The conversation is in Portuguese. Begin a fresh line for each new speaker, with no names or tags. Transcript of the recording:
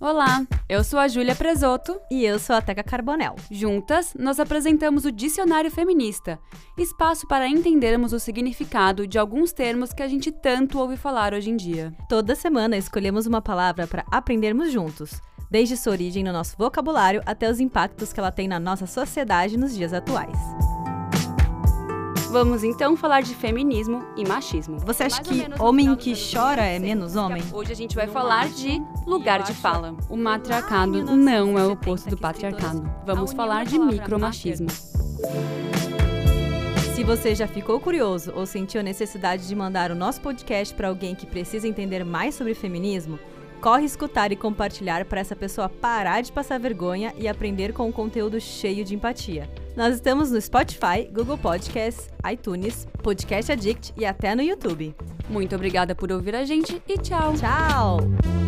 Olá, eu sou a Júlia Presoto.
E eu sou a Teca Carbonel.
Juntas, nós apresentamos o Dicionário Feminista, espaço para entendermos o significado de alguns termos que a gente tanto ouve falar hoje em dia.
Toda semana escolhemos uma palavra para aprendermos juntos, desde sua origem no nosso vocabulário até os impactos que ela tem na nossa sociedade nos dias atuais.
Vamos então falar de feminismo e machismo.
Você acha
Mais ou
que
menos no
homem
final dos
que
anos
chora é
1960.
menos homem?
Hoje a gente vai falar de lugar de fala. O matriarcado
Lá em
não é o
1970
oposto do
que escritores-
patriarcado.
a
Vamos
união
falar
da
de
é palavra
micromachismo.
Se você já ficou curioso ou sentiu a necessidade de mandar o nosso podcast para alguém que precisa entender mais sobre feminismo, corre escutar e compartilhar para essa pessoa parar de passar vergonha e aprender com um conteúdo cheio de empatia. Nós estamos no Spotify, Google Podcasts, iTunes, Podcast Addict e até no YouTube.
Muito obrigada por ouvir a gente e tchau!
Tchau!